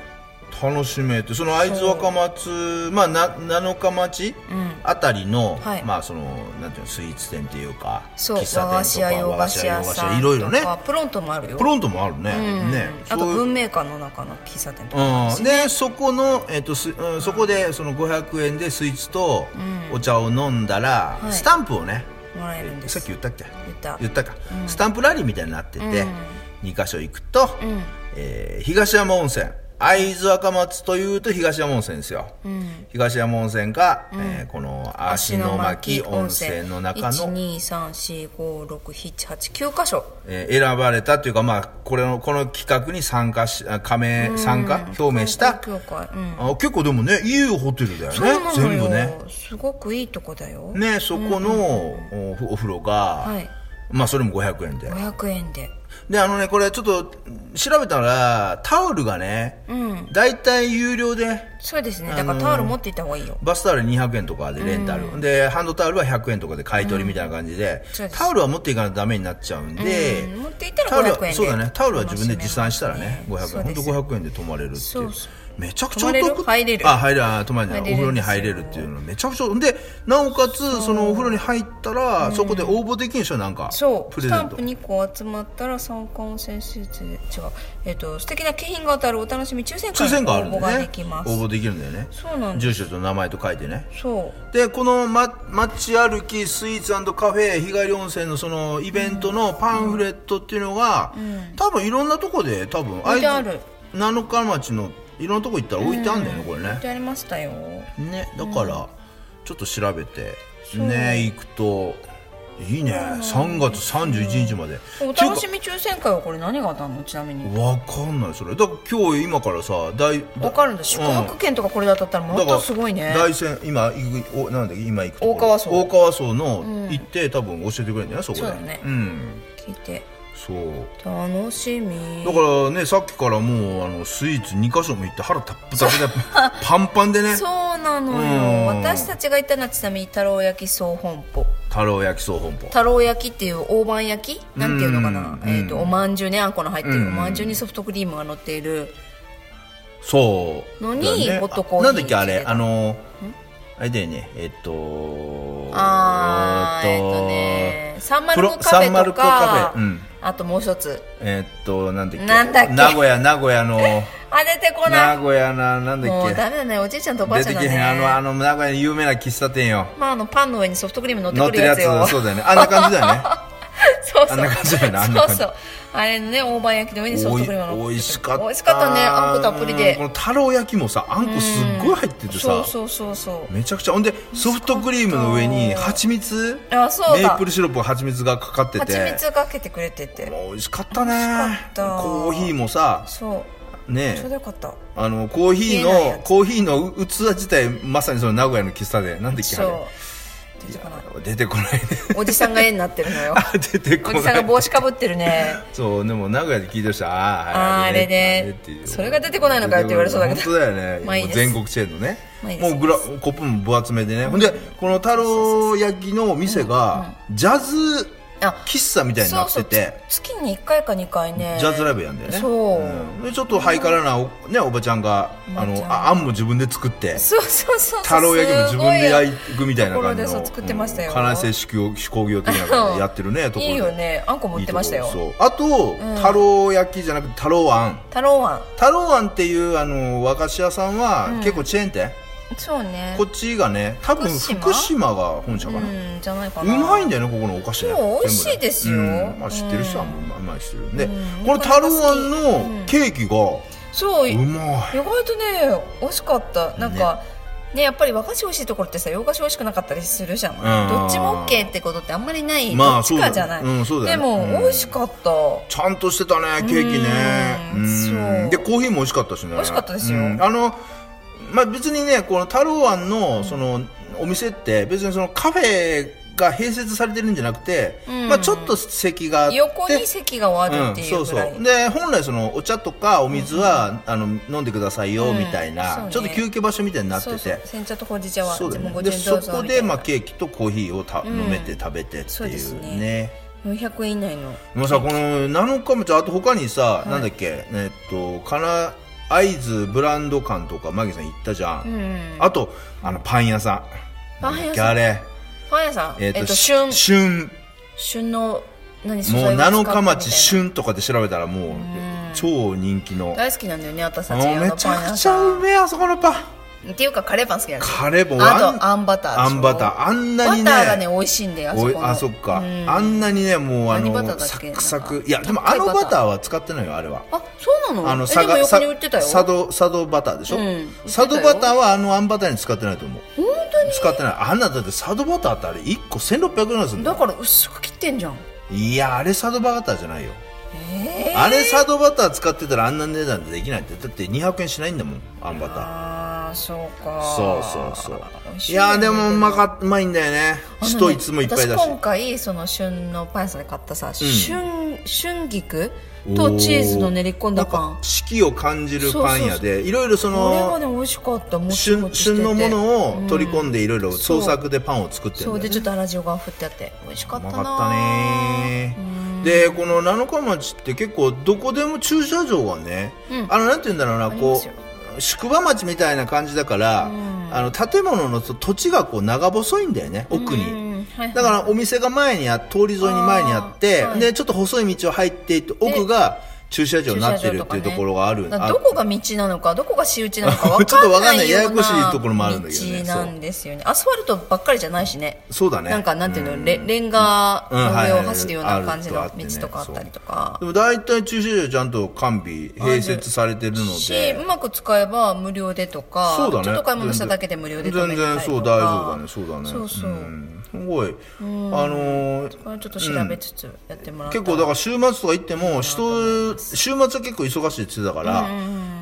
C: 楽しめてその会津若松、まあ、な7日町あたりの、
B: はい
C: まあそのなんていうのスイーツ店っていうか
B: そう
C: 喫茶
B: 和菓
C: 店
B: 子
C: と
B: 屋
C: か
B: 洋菓子屋さん
C: いろいろね
B: とかプロントもあるよ
C: プロントもあるね、
B: うん
C: ね
B: あと
C: そういう
B: 文明館の中の喫茶店とか
C: うん、でそこの、えっとすうん、そこでその500円でスイーツとお茶を飲んだら、
B: はい
C: スタンプをね
B: もらえるんです
C: さっき言ったっけ
B: 言った
C: 言ったか、スタンプラリーみたいになってて、二2箇所行くと、えー東山温泉会津若松というと東山温泉ですよ、東山温泉か、えーこの足の巻温泉の中の、
B: 123456789箇所
C: えー選ばれたというか、まあ、これのこの企画に参加しあ加盟参加表明した、
B: 協会うん
C: あ結構でもねいいホテルだよね
B: そうなの
C: 全
B: よ、
C: 部ね
B: すごくいいとこだよ、
C: ねそこのおお風呂が、
B: はい
C: まあそれも500円で
B: 500円で
C: であのねこれちょっと調べたらタオルがね、大体有料で
B: そうですねだからタオル持っていった方がいいよ
C: バスタオル200円とかでレンタル、でハンドタオルは100円とかで買い取りみたいな感じで,、
B: そうです
C: タオルは持っていかないとダメになっちゃうんで、
B: うん持っていったら
C: タオル
B: 500円
C: は
B: で
C: そうだねタオルは自分で持参したらね
B: 楽し
C: 500
B: め
C: 円
B: る
C: 本
B: んでそうです
C: 当500円で泊まれるっていう
B: そうそう
C: めちゃくちゃお
B: 泊まれ
C: 得
B: る入れる
C: あ入れるあ泊まれないお
B: 入れる
C: 風呂に入れるっていうのめちゃくちゃでなおかつそのお風呂に入ったら、そこで応募できるんでしょなんか
B: そう
C: プレ
B: ス
C: ゼ
B: タ
C: ン
B: ン
C: ト
B: プ2個集まったら三冠先生で違うえっ、と素敵な景品が当たるお楽しみ抽選
C: 抽
B: 会
C: 選
B: に応
C: があるんだ
B: 募が
C: よ
B: で
C: ね
B: きます
C: 応募できるんだよね
B: そうなんです
C: 住所と名前と書いてね
B: そう
C: でこの、ま、街歩きスイーツカフェ日帰り温泉のそのイベントのパンフレットっていうのが、多分いろんなとこで多分
B: 置いてある
C: 会津七日町のいろんなとこ行ったら置いてあるんだよね、これ
B: やって
C: ね
B: ありましたよ
C: ねだからちょっと調べてね行くといいね3月31日まで
B: お楽しみ抽選会はこれ何が当たるのちなみに
C: わかんないそれだから今日今からさ大
B: わかるんだ宿泊券とかこれで当たったらもっ
C: だか
B: と
C: ら
B: すごいね
C: 大山今行くおなんだっけ今行くとこ
B: 大川荘
C: 大川荘の行って、多分教えてくれるんだよねそこ
B: そ
C: で
B: うだね
C: ん
B: 聞いて
C: そう
B: 楽しみ
C: だからねさっきからもうあのスイーツ2箇所も行って腹タップタプでパンパンでね
B: そうなの
C: う
B: よ
C: ん
B: 私たちが行ったのはちなみに太郎焼き総本舗
C: 太郎焼き総本舗
B: 太郎焼きっていう大判焼きなんていうのかな、
C: うん
B: えー、とおまんじゅうねあんこの入ってる、
C: うん
B: おまんじゅうにソフトクリームが乗っている
C: そう
B: のに
C: だね
B: ホットコーヒー
C: なんだっけあ
B: つ
C: れ
B: けた
C: あのあれだよねえっと
B: あーえっとねサンマルコカフ
C: プロサンマ
B: ェ
C: ル
B: と
C: コカ
B: か、
C: フェうん
B: あともう一つ
C: えっとなんだっけ
B: なんだっけ
C: 名古屋名 古屋の
B: あ出てこな
C: 名
B: い
C: 古屋ななんだっ
B: も
C: け
B: うダメだねおじいちゃんとおばあ
C: 出
B: ちゃ
C: て
B: んだ
C: けへ
B: ね
C: んあのあの名古屋の有名な喫茶店よ
B: まあ、あのパンの上にソフトクリーム乗って
C: 乗
B: く
C: って
B: る
C: るや
B: や
C: つ
B: つよ
C: そうだよねあんな感じ だよね
B: そうそう
C: あんな感じだよねあんな
B: そう
C: 感じ
B: そうあれのね大判焼きの上にソフトクリームが乗って
C: おい美味しかった
B: 美味しかったねあんこたっぷりで
C: この太郎焼きもさあんこすっごい入ってて
B: そ
C: さ
B: うそうそうそう
C: めちゃくちゃほんでソフトクリームの上に蜂蜜メ
B: あそうだ
C: ープルシロップが蜂蜜がかかってて
B: 蜂蜜かけてくれてて
C: もう美味しかった
B: 美味
C: ね
B: しかった
C: コーヒーもさ
B: そうちょう
C: ね
B: どよかった
C: あのコーヒー
B: 見えないや
C: の
B: つ
C: コーヒーの器自体まさにその名古屋の喫茶でなんでっけあれ
B: そう出てこない
C: 出てこないね
B: おじさんが絵になってるのよ
C: あ出て
B: お
C: こ
B: じさん
C: な
B: が
C: い
B: 帽子かぶってるね
C: そうでも名古屋で聞いてる人はあ
B: あー
C: あ
B: あれね
C: っていう
B: それが出てこないのかよって言われそうだけど
C: 本当だよね
B: まあいいです
C: もう全国チェーンのね
B: まあいいです
C: もうグラコップも分厚めでねほんでこの太郎焼きの店がジャズ
B: あ
C: 喫茶みたいになってて
B: つ月に1回か2回ね
C: ジャズライブやんだよね
B: そう
C: うんでちょっとハイカラなお,、ね、おばちゃんがあ
B: おばち
C: の
B: ゃん
C: ああんも自分で作って
B: そうそうそう
C: 太郎焼きも自分で
B: い
C: 焼くみたいな感じの
B: すごいところでそう作ってましたよ
C: うん金瀬手工手工業的な感じでやってるねところで
B: いいよねあんこも売ってましたよ
C: いいとこそうあと、太郎焼きじゃなくて太郎あん
B: 太郎庵
C: 太郎あんっていうあの和菓子屋さんは、結構チェーン店
B: そうね
C: こっちがね多分
B: 福島
C: 福島が本社かな、
B: うんじゃないか
C: う
B: な
C: まいんだよねここのお菓子ね
B: そう美味しいですよ
C: 全部ねうんまあ、知ってる人はもううまうまいしてるで、
B: うん
C: この太郎あんのケーキが
B: そう
C: う
B: 意
C: まい、
B: 外とね美味しかったなんかねやっぱり和菓子美味しいところってさ洋菓子美味しくなかったりするじゃん
C: ん
B: どっちも OK ってことってあんまりない
C: ま
B: ど
C: あ
B: っちかじゃない
C: そうだうんそうだ
B: で
C: よね
B: も
C: うん
B: 美味しかった
C: ちゃんとしてたねケーキね
B: うん
C: うん
B: そう
C: でコーヒーも美味しかったしね
B: 美味しかったですよ
C: うんあのまあ別にねこの太郎庵のそのお店って別にそのカフェが併設されてるんじゃなくて、
B: うん
C: まあちょっと席があって
B: 横に席があるってい
C: そうう
B: ぐ
C: そ
B: らいう
C: で本来そのお茶とかお水は、あの飲んでくださいよみたいな、
B: うん
C: ち
B: そ
C: ょ
B: う
C: っ
B: ね
C: と休憩場所みたいになって
B: そ
C: て
B: うそう煎茶とほうじ茶は
C: そうだよ
B: も
C: ね
B: ご
C: で
B: 自由
C: そ
B: どうぞ
C: こ
B: みたい
C: で、
B: な
C: まあ、ケーキとコーヒーをた、
B: ん
C: 飲めて食べてって
B: そう
C: い
B: です
C: う
B: ね
C: ね
B: 400円以内の
C: もうさこの7日もちゃんあと他にさ、なんだっけえっとかな会津ブランド館とかマギさん行ったじゃん、
B: うん
C: あとあのパン屋さん
B: パン屋さん
C: なんだっけあれ
B: パン屋さんえっと
C: し
B: 旬
C: 旬
B: 旬の何素
C: も
B: 材
C: う
B: を使ってみた
C: 7
B: い
C: 日
B: な
C: 町旬とかで調べたらもう超人気の
B: 大好きなんだよね私た
C: あ
B: ちあの
C: めち
B: パン
C: ゃ
B: 屋
C: くちゃ
B: さ
C: うめえあそこのパン
B: んっていうかカレーパン好きなんですよ
C: カレーも
B: あとあんバターでしょ
C: あんバターあんなにね
B: バターがね美味しいんだよあそ
C: お
B: こ
C: い
B: の
C: あそっか、
B: うん
C: あんなにねもうあ
B: 何バター
C: の
B: だっ
C: サ
B: け
C: クサク
B: なんか
C: いやでもあの
B: 高いバ
C: バ
B: ター
C: ターは使ってないよあれは
B: あそうなの
C: あの
B: えでも横に売ってたよ
C: 佐渡佐渡バターでしょ、
B: うん売ってたよ
C: 佐渡バターはあのあんバターに使ってないと思う
B: 本当に
C: 使ってないあんなだって佐渡バターってあれ1個1600円するんだ
B: だ
C: よ
B: から薄く切ってんじゃん
C: いやあれ佐渡バターじゃないよ
B: ええ
C: あれ佐渡バター使ってたらあんな値段でできないってだって200円しないんだもんあんバター
B: ああそうか
C: そうそうそう
B: 美味し
C: い
B: いよね
C: やでもうまかうまいんだよね
B: あのね
C: 人いつもいっぱいだ
B: 私
C: し
B: 今回その旬のパン屋さんで買ったさ、旬春菊とチーズの練り込んだ
C: なん
B: パ
C: か四季を感じるパン屋でいろいろそ
B: ンこれは
C: の
B: ね美味しかったもちも
C: 旬
B: ちしてて
C: 旬のものを取り
B: で、
C: 込んでいろいろ創作でパンを作ってる
B: そ
C: ん
B: う
C: だ
B: で
C: よ
B: ちょ
C: ね
B: っと粗塩が振ってあって美味しか
C: う
B: った
C: ま
B: な
C: かったねでこの七日町って結構どこでも駐車場がね、あのなんて言うんだろうな
B: りま
C: こ
B: すよ
C: う宿場町みたいな感じだから、あの建物のそ土地がこう長細いんだよね奥に、
B: うんはいはい
C: だからお店が前にあ通り沿いに前にあって
B: あーはい
C: でちょっと細い道を入っていって奥が駐車場になってるっていうところがある、
B: だか
C: あ
B: らどこが道なのかどこが私有地なのか分
C: ちょっ
B: か
C: とわ
B: ん
C: か
B: なん
C: ない
B: いような
C: ややこしいところもあるんだけどね
B: 道なんですよねアスファルトばっかりじゃないしね
C: そうだね
B: なんかなんていうの、レレンガの上を走るような感じの道とかあったりとか、
C: でも大体駐車場ちゃんと完備併設されてるの
B: しう
C: で
B: まく使えば無料でとか
C: そうだね
B: ちょっと買い物しただけで無料で止
C: 全
B: めれた
C: 然
B: りとか
C: そう大丈夫だねそうだね
B: そうそうん
C: すごい、あのー
B: これちょっと調べつつやってもらった
C: 結構だから週末とか行っても人週末は結構忙しいって言ってたから、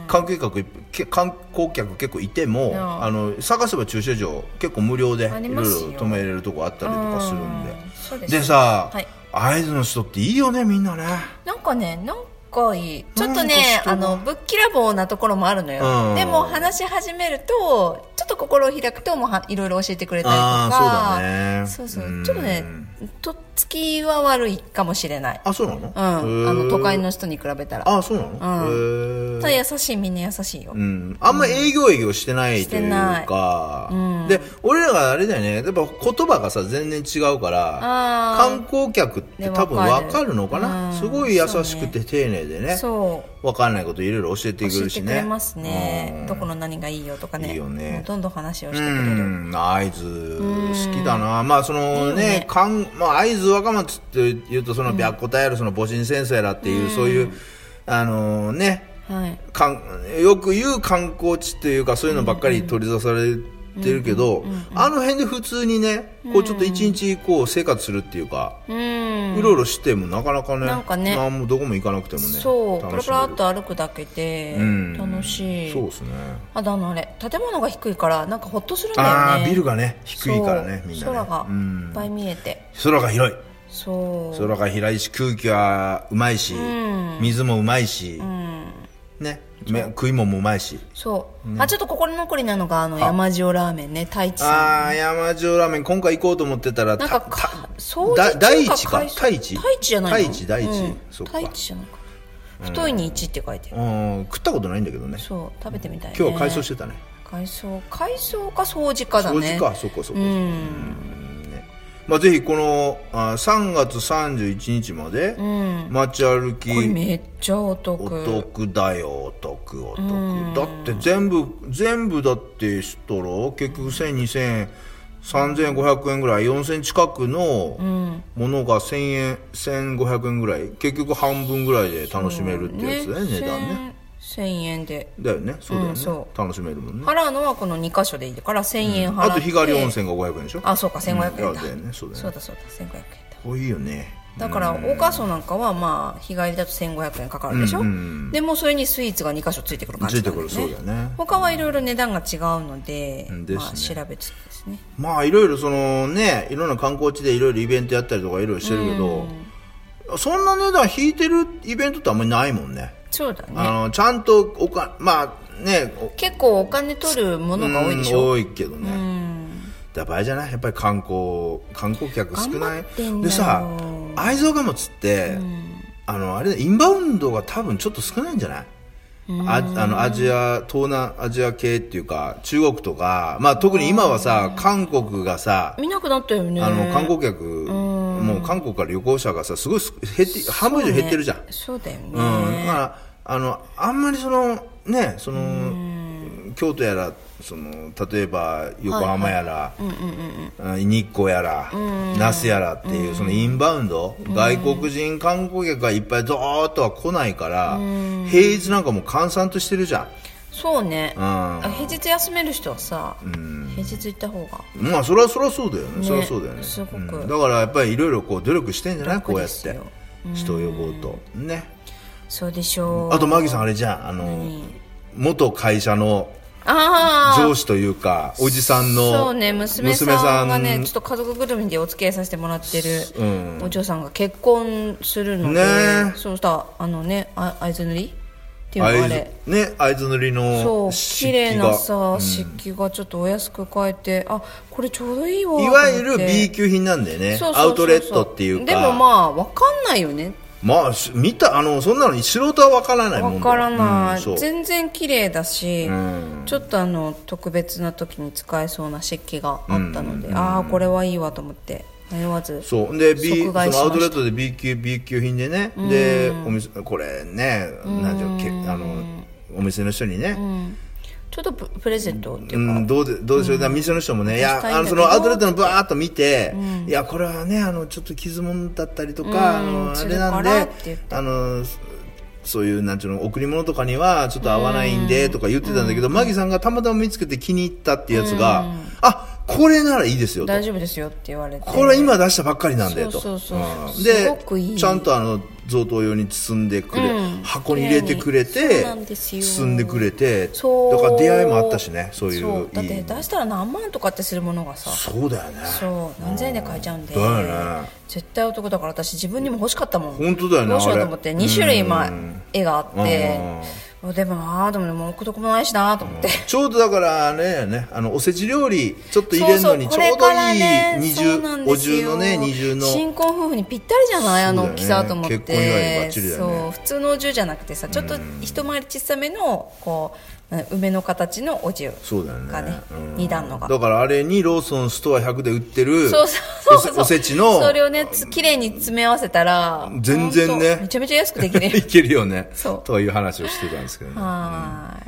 C: 観光客いっぱいけ観光客結構いても、
B: ん
C: あの探せば駐車場結構無料でいろ
B: あ
C: い
B: り
C: ろ
B: ますよ
C: 止めれるとこあったりとかするんで、
B: うんそうです
C: でさ、
B: はい
C: 会津の人っていいよねみんなね
B: なんかね、なんかいい。ちょっと
C: なん
B: ね
C: か、人
B: あ
C: が
B: の、ぶっきらぼうなところもあるのよ。
C: うん
B: でも話し始めると、ちょっと心を開くと、もうはいろいろ教えてくれたりとか。
C: ああーそうだね
B: そうそうう。
C: ん
B: ちょっとね、とっつきは悪いかもしれない。
C: あそうなの、
B: うん。あ
C: へー
B: の、都会の人に比べたら。
C: あそうなの、へー
B: ただ優しい、みんな優しいよ。
C: うん、あんま営業営業してないというか、で俺らがあれだよねやっぱ言葉がさ全然違うから
B: あー
C: 観光客って多分
B: ねわか
C: わ
B: る
C: かるのかな
B: うん
C: すごい優しくて丁寧でね
B: そう。
C: わかんないこといろいろ教えて
B: 教
C: くれ
B: え
C: る
B: て
C: し
B: く
C: ね
B: れますね。
C: うん
B: どこの何がいいよとかね。
C: いいよね
B: もうどんどん話をし
C: う
B: てくれる。
C: ん会津好きだなまあその
B: いいよ
C: ね
B: ね
C: かんまあ、会津若松っていうとその白虎やらその戊辰先生らっていう、そういうあのね
B: はい。
C: かんよく言う観光地というかそういうのばっかり取り出されってるけど、あの辺で普通にねこうちょっと一日こう生活するっていうか、
B: うん
C: いろいろしてもなかなかね
B: なんかね
C: 何もどこも行かなくてもね
B: そうプ
C: 楽
B: ラ
C: し
B: プ
C: める
B: ラっと歩くだけで
C: うん
B: 楽しい、
C: そうですね
B: あとあのあれ建物が低いからなんかホッとするんだよね
C: ああービルがね低いからね
B: そう
C: みんなね
B: 空が
C: う
B: い
C: ん
B: っぱい見えて、
C: 空が広い
B: そう
C: 空が広いし空気はうまいし、
B: ん
C: 水もうまいし、ねめ食い物もうまいし
B: そう、あちょっと心残りなのがあの
C: あ
B: 山塩ラーメンね太一さん
C: ああ山塩ラーメン今回行こうと思ってたら
B: なんか
C: た
B: か掃除
C: だ
B: 中
C: 第一か
B: 改装
C: 第一
B: 第一じゃないの
C: 第一第一
B: うん
C: そっか
B: 第一じゃないか太いに一って書いてある、
C: うん食ったことないんだけどね
B: そう食べてみたい、ね、
C: 今日は改装してたね
B: 改装改装か掃除かだ
C: 掃
B: ね
C: 除かそこそこ、
B: うん
C: まあ、ぜひこのあ3月31日まで
B: うん
C: 街歩き、
B: これめっちゃお得
C: お得だよお得お得、だって全部全部だってしとろ結局10002000円3500円ぐらい4000円近くのものが1000円1500円ぐらい結局半分ぐらいで楽しめるってやつだよね値段ね
B: 1000円で
C: だよねそうだよ
B: うん
C: ね、
B: そ
C: 楽しめるもんね
B: 払うのはこの2箇所でいいから1000円払って、
C: あと日帰り温泉が500円でしょ
B: あそうか1500円だ,、
C: うんあだよねそうだ
B: そ
C: よね
B: うだそうだ1500円だ
C: これいいよね
B: だから大川荘なんかはまあ日帰りだと1500円かかるでしょ、
C: うんうん
B: でもうそれにスイーツが2箇所ついてくる感
C: つ
B: じ
C: い
B: な
C: て
B: んだ
C: く
B: よ
C: るそうだよね
B: 他はいろいろ値段が違うので
C: うんですね
B: まあ、調べつつですね
C: まあいろいろそのねいろんな観光地でいろいろイベントやったりとかいろいろしてるけど、そんな値段引いてるイベントってあんまりないもんね
B: そうだ
C: あ
B: ね
C: のちゃんとおかまあねお
B: 結構お金取るものが多いでし
C: う
B: ょ
C: ん多いけどね、
B: うん
C: だから場合じゃないやっぱり観光観光客少な
B: 頑
C: い
B: 張ってんだよ
C: でさ愛憎貨物って、あのあれインバウンドが多分ちょっと少ないんじゃないああのアジア東南アジア系っていうか中国とか、まあ、特に今はさ韓国がさ
B: 見なくなったよね
C: あの観光客もう韓国から旅行者がさすごいす減って半分以上減ってるじゃんう,、
B: そうだよね、
C: んだからあのあんまりそのねその京都やらその例えば横浜やら、あ日光やら那須やらっていうそのインバウンド外国人観光客がいっぱいドーッとは来ないから平日なんかもう閑散としてるじゃん
B: そうね、
C: ん
B: あ平日休める人はさ、平日行った方が
C: まあそれはそれはそうだよね
B: ね
C: それはそうだよね
B: すごく
C: うんだからやっぱりいろいろこう努力してんじゃない
B: 楽
C: こうや
B: で
C: っ
B: す
C: て
B: よ
C: 人を呼ぼうとね
B: そうでしょう
C: あとマギさんあれじゃんあの元会社の
B: ああ
C: 上司というかおじさんの
B: そうね娘さんがね
C: 娘
B: ちょっと家族ぐるみでお付き合いさせてもらってる、
C: うん
B: お嬢さんが結婚するので、
C: ねえ
B: そうしたあのねあ会津塗りっていうのあ
C: 会
B: れ
C: 津ね会津塗り
B: そ
C: の
B: う
C: 漆
B: 綺
C: 器
B: 麗
C: が
B: なさ漆器がちょっとお安く買えてあこれちょうどいいわ
C: いわゆ
B: と思っ
C: る
B: て
C: B 級品なんだよね
B: そうそうそうそう
C: アウトレットっていうか
B: でもまあわかんないよね
C: まあし見たあのそんなの素人はわからないもんだ
B: わ
C: よ
B: からない、
C: うんそう
B: 全然綺麗だし、
C: ん
B: ちょっとあの特別な時に使えそうな漆器があったので、ああこれはいいわと思って迷わず
C: そうで B そ
B: 即
C: のア
B: 買いしました
C: ウトレットで B 級 B 級品でねでお店これねなんていうのけあのお店の人にね、
B: ちょっとププレゼントって
C: う
B: いうか、
C: ん、どうでどうでしょう、だから店の人もね、い
B: したいん
C: や
B: だ
C: あの
B: け
C: そ
B: ど
C: のアウトレットのバーッと見て、いやこれはねあのちょっと傷物だったりとか、あのあ
B: す
C: れ
B: る
C: な
B: か
C: ん
B: らっ
C: で
B: て言って
C: あのそそういうなんていうの贈り物とかにはちょっと合わないんでとか言ってたんだけど、マギさんがたまたま見つけて気に入ったってやつが、あこれならいいですよと
B: 大丈夫ですよって言われて
C: これ今出したばっかりなんでと
B: そうそうそう
C: うん
B: すごくいい
C: ちゃんとあの贈答用に包んでくれ、
B: うん
C: 箱に入れてくれ
B: 綺麗にそ
C: て
B: うなんですよ
C: 包んでくれて
B: そう
C: だから出会いもあったしねそういう
B: そうだっ
C: いい
B: て出したら何万とかってするものがさ
C: そうだよね
B: そう何千円で買えちゃうんで、
C: だよね
B: 絶対お得だから私自分にも欲しかったもん
C: 本当だよね
B: どうしよう
C: あれ
B: と思って2種類今
C: うん
B: 絵があってでもなあでもねもうどこもないしなあと思って
C: ちょうどだからあれやねあのおせち料理ちょっと入れるのにちょうどいい
B: そうそうこれからね
C: 二
B: そう
C: 重、
B: なんで
C: お
B: す
C: 重
B: よ
C: のね二重の
B: 新婚夫婦にぴったりじゃないあの
C: そ
B: 大
C: うだよね
B: きさと思って
C: 結婚祝いにバッチリだよね
B: そう普通のお重じゃなくてさちょっと一回り小さめのこうな梅の形のお重
C: そうだよね
B: がね
C: うん
B: 二段のが
C: だからあれにローソンストア100で売ってる
B: そうそうそうそう
C: おせおせちの
B: それをねつ綺麗に詰め合わせたら
C: 全然
B: ほん
C: ね
B: とめちゃめちゃ安くでき
C: い
B: る
C: けるよね
B: そう
C: という話をしてたんですけどね
B: はーい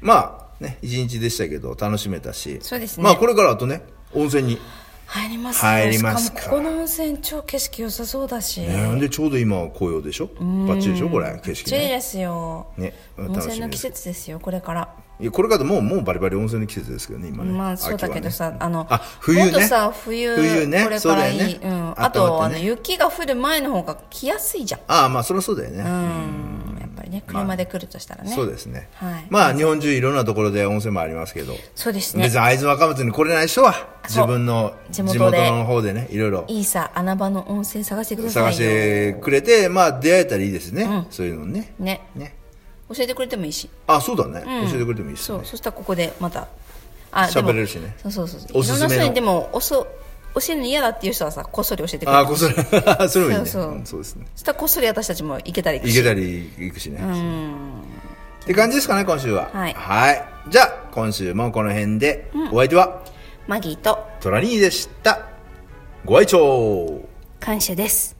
C: まあね一日でしたけど楽しめたし
B: そうですね
C: まあこれからあとね温泉に
B: 入ります
C: 入りますか
B: しかもここの温泉超景色良さそうだし、
C: ねでちょうど今は紅葉でしょバッチリでしょこれ景色
B: 綺麗
C: ね
B: ですよ、
C: ね
B: 温泉の
C: で
B: 季
C: す
B: 節ですよこれから、
C: いやこれからもうもうバリバリ温泉の季節ですけどね今ね
B: まあそうだけどさ、
C: 秋はね
B: あの
C: あ冬ね
B: もっとさ冬
C: 冬ね
B: これからいい
C: そうだよね
B: ん、
C: あ
B: あ
C: と
B: と
C: は
B: あ
C: ね
B: の雪が降る前の方が来やすいじゃん
C: ああまあそりゃそうだよね、
B: うんやっぱりね車で来るとしたらね、
C: そうですね、
B: はい
C: まあ日本中いろんなところで温泉もありますけど、
B: そうですね
C: 別に会津若松に来れない人は
B: そ
C: 自
B: う
C: 分の地
B: 地
C: 元
B: 元で
C: の方でねいろいろ
B: いいさ穴場の温泉探してくださいよ
C: 探してくれてまあ出会えたらいいですね、そういうのね
B: ね
C: ね
B: 教えてくれてもいいし
C: あそうだね、教えてくれてもいいです
B: そ
C: ね
B: うそしたらここでまたあでも
C: 喋れるしね
B: そうそうそう
C: おすすめの
B: いろんな人にでもおそ教えるの嫌だっていう人はさこっそり教えてくれる
C: あこそれそれもいい ね
B: そうそう
C: うんそうですね
B: そしたらこっそり私たちも行けたり
C: 行けたり行くしね、って感じですかね今週は
B: はい
C: いじゃあ今週もこの辺で、お相手は
B: マギーと
C: トラニーでしたご愛聴
B: 感謝です